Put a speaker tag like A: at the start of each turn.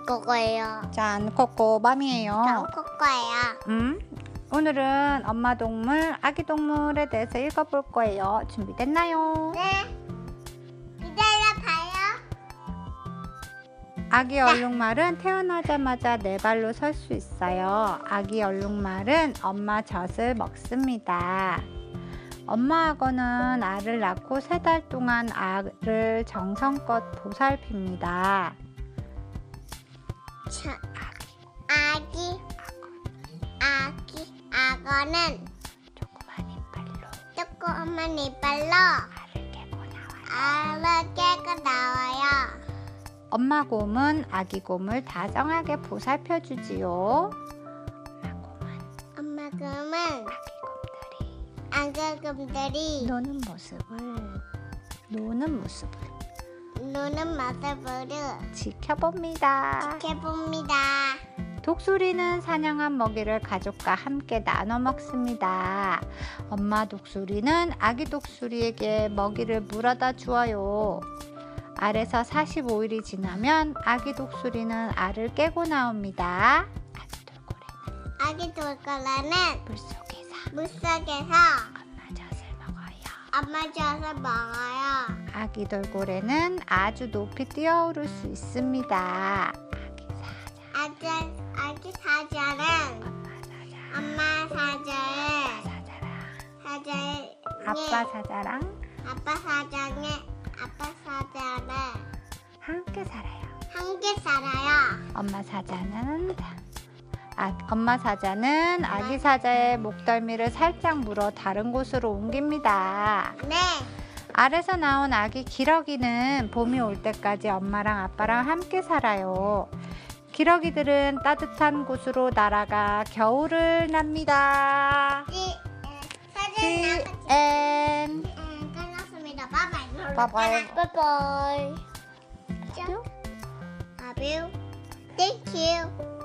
A: 거예요.
B: 짠, 코코 맘이에요.
A: 나무코 거예요.
B: 음? 오늘은 엄마 동물, 아기 동물에 대해서 읽어볼 거예요. 준비됐나요?
A: 네. 기다려 봐요.
B: 아기 얼룩말은 태어나자마자 네 발로 설 수 있어요. 아기 얼룩말은 엄마 젖을 먹습니다. 엄마 악어는 알을 낳고 세 달 동안 알을 정성껏 보살핍니다.
A: 자, 아기. 아기. 악어는
B: 조그만 이빨로
A: 조그만 이빨로
B: 알을 깨고 나와요.
A: 알을 깨고 나와요.
B: 엄마 곰은 아기 곰을 다정하게 보살펴 주지요. 엄마 곰은
A: 엄마 그러면
B: 아기 곰들이
A: 안가금들이
B: 노는 모습을 노는 모습을
A: 노는 모습을
B: 지켜봅니다.
A: 지켜봅니다.
B: 독수리는 사냥한 먹이를 가족과 함께 나눠 먹습니다. 엄마 독수리는 아기 독수리에게 먹이를 물어다 주어요. 알에서 45일이 지나면 아기 독수리는 알을 깨고 나옵니다. 아기 돌고래는
A: 아기 돌고래는
B: 물속에서
A: 물속에서
B: 엄마 젖을 먹어요.
A: 엄마 줘서 먹어요.
B: 아기 돌고래는 아주 높이 뛰어오를 수 있습니다. 아기 사자,
A: 아기, 아기 사자는
B: 엄마 사자,
A: 엄마 사자의
B: 사자랑
A: 사자의 예.
B: 아빠 사자랑
A: 아빠 사자의 아빠 사자를
B: 함께 살아요.
A: 함께 살아요.
B: 엄마 사자는 아, 엄마 사자는 아기 사자의 목덜미를 살짝 물어 다른 곳으로 옮깁니다.
A: 네.
B: 알에서 나온 아기 기러기는 봄이 올 때까지 엄마랑 아빠랑 함께 살아요. 기러기들은 따뜻한 곳으로 날아가 겨울을 납니다.
A: 지, 에, 어, 사진
B: The
A: 나가지.
B: end.
A: 응, 끝났습니다. 바이바이.
B: 바이바이.
A: 바이바이. 아, 뷰. Thank you.